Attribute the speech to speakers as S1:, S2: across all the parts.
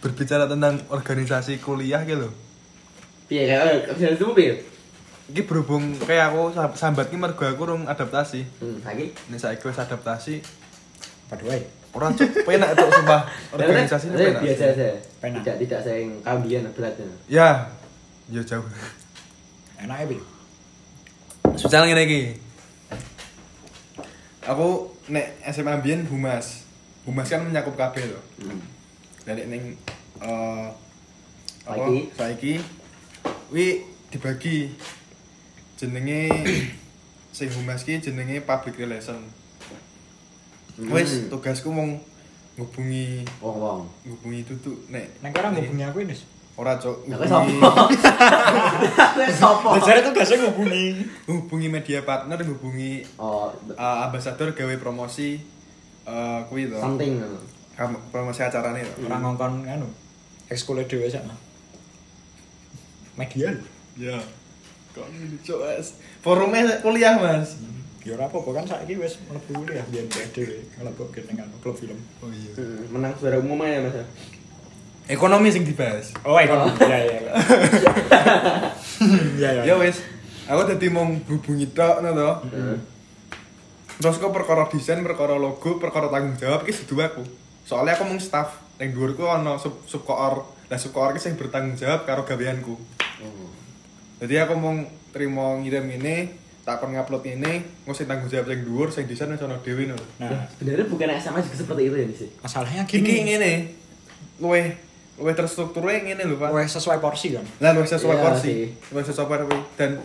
S1: berbicara tentang organisasi kuliah gitu loh.
S2: Piye ya? Bisa itu piye?
S1: Ini berhubung kayak aku sah- sambat ini mergo aku rung adaptasi.
S2: Hmm, lagi.
S1: Ini saya wis adaptasi.
S3: Padahal wae.
S1: Orang cuk penak itu sumpah organisasi ini penak.
S2: biasa saja.
S3: Penak.
S2: Tidak tidak sing kambian beratnya.
S1: Ya, ya jauh.
S3: Enake piye?
S1: Misalnya ngene iki. Aku nek SMA mbiyen humas. Humas kan menyakup kabeh loh.
S2: Hmm.
S1: Dari neng eh apa
S2: Saiki.
S1: saiki wi dibagi jenenge sing humas ki jenenge public relation. Wis tugasku mung ngubungi
S2: Wong-wong.
S1: ngubungi tutuk nek
S3: Nang kono ngubungi aku ini.
S1: ora cok
S2: Lah kowe
S1: ngubungi-
S2: sapa? Kowe sapa?
S3: Belajar itu biasa ngubungi.
S1: hubungi media partner ngubungi
S2: Oh,
S1: uh, ambasador gawe promosi eh kuwi to.
S2: something.
S1: Kam- promosi acarane to.
S3: Ora ngongkon anu. Ekskulnya dhewe sak. Media lho.
S1: Ya. Kok ngene cok Mas. Forumnya kuliah, Mas.
S3: Ya ora apa-apa kan saiki wis mlebu kuliah biyen dhek dhewe mlebu ning anu klub film.
S1: Oh iya.
S2: Hmm, Menang suara umum aja Mas.
S1: Ekonomi sing dibahas.
S3: Oh, ekonomi.
S1: iya,
S3: Ya ya. ya. Ya
S1: Ya wis. Aku tadi mau hubungi tok ngono to.
S2: Hmm.
S1: Terus kok perkara desain, perkara logo, perkara tanggung jawab iki sedu aku. Soalnya aku mung staff, yang dhuwurku ana sub subkoor. Lah subkoor iki sing bertanggung jawab karo gaweanku.
S2: Oh.
S1: Jadi aku mau terima ngirim ini, tak kon ngupload ini, mau sing tanggung jawab sing dhuwur, sing desain wis ana dhewe no.
S3: Nah,
S2: Sebenarnya bukan SMA juga seperti itu ya sih.
S1: iya.
S3: masalahnya
S1: Iki
S3: gini.
S1: ngene. Luwe luwe terstruktur wae ngene lho, Pak.
S3: Wes sesuai porsi kan.
S1: Lah luwe sesuai
S2: Iya
S1: porsi,
S2: sih.
S1: luwe sesuai porsi dan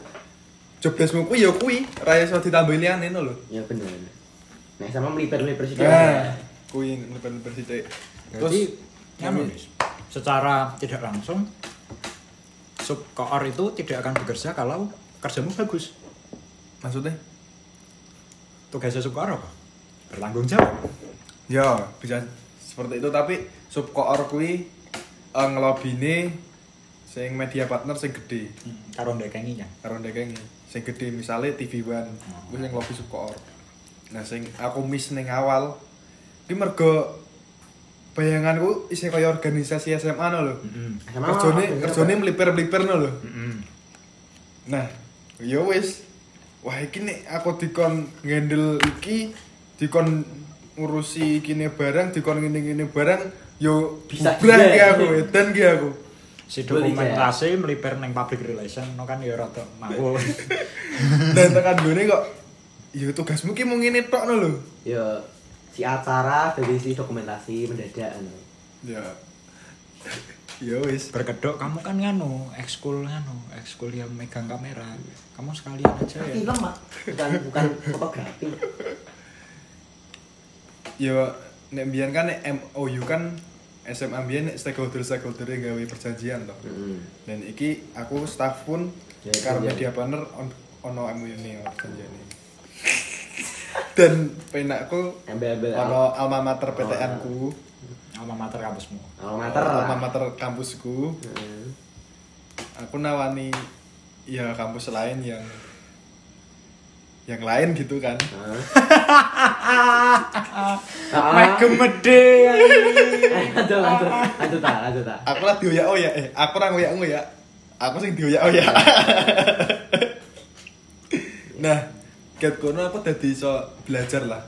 S1: jobdeskmu kuwi ya kuwi, ra iso ditambah liyane no lho.
S2: Ya benar. Nah, sama melipir-melipir sih.
S1: Nah, kuwi lepen bersih Cek. Terus
S3: Jadi, anu, Nis, secara tidak langsung subkoor itu tidak akan bekerja kalau kerjamu bagus.
S1: maksudnya
S3: Tugasnya subkoor apa? Bertanggung jawab.
S1: ya bisa seperti itu tapi subkoor kuwi eh, ngelobine sing media partner sing gede.
S3: Karo ndekenginya.
S1: karo ndekenge sing gede misalnya TV One kuwi sing lobby Sukoor nah sing aku miss ning awal ki mergo bayanganku isih kaya organisasi SMA no lho
S2: SMA,
S1: kerjane
S2: bener,
S1: kerjane melipir-melipir no lho
S3: Mm-mm.
S1: nah ya wis wah iki nek aku dikon ngendel iki dikon ngurusi kini barang dikon ngene-ngene barang yo
S2: Bisa
S1: bubrah
S2: juga.
S1: ki aku edan ki aku
S3: Si
S2: Boleh,
S3: dokumentasi melipir neng public relation, no kan ya rada mau.
S1: dan tekan gone kok yo tugasmu ki mung ngene tok no lho
S2: Ya si acara dari si dokumentasi mendadak anu.
S1: Ya. ya wis.
S3: Berkedok kamu kan nganu, ekskul nganu, ekskul yang megang kamera. Kamu sekalian aja ya.
S2: Film, Mak. Bukan bukan fotografi.
S1: Ya nek mbiyen kan nek MOU kan SMA mbiyen nek stakeholder stakeholder gawe perjanjian toh.
S2: Heeh.
S1: Dan iki aku staff pun
S2: Ya,
S1: karo
S2: iya.
S1: media partner on ono MOU ne perjanjian Dan penakku
S2: Embel-embel.
S1: ono alma mater PTN ku,
S3: Alma mater kampusmu.
S2: Alma Oh, mater.
S1: alma mater kampusku,
S2: Heeh.
S1: aku nawani ya kampus lain yang yang lain gitu kan.
S2: Ah.
S3: gemede.
S2: Aduh, aduh. Aduh ta, aduh ta.
S1: aku lah dioyak oyak eh aku orang oyak ngoyak aku sing dioyak oyak nah ket kono aku dadi iso belajar lah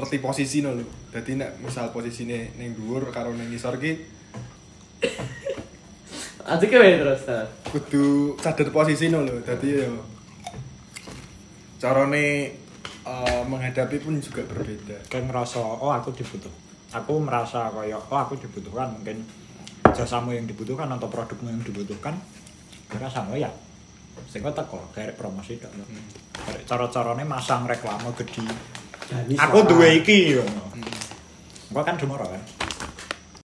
S1: ngerti posisi no lho dadi nek misal posisine ning dhuwur karo ning ngisor ki
S2: Aduh kowe terus. ta.
S1: kudu sadar posisi no lho dadi yo carane eh, menghadapi pun juga berbeda
S3: Kayak ngerasa, oh aku dibutuh. Aku merasa kayak, oh aku dibutuhkan mungkin jasamu yang dibutuhkan atau produkmu yang dibutuhkan. Karena sama ya. Sehingga teko, garek promosi tok. Garek cara-carane masang reklame gede.
S2: Jani
S3: Aku
S2: suara.
S3: duwe iki yo. Gua kan demoro kan.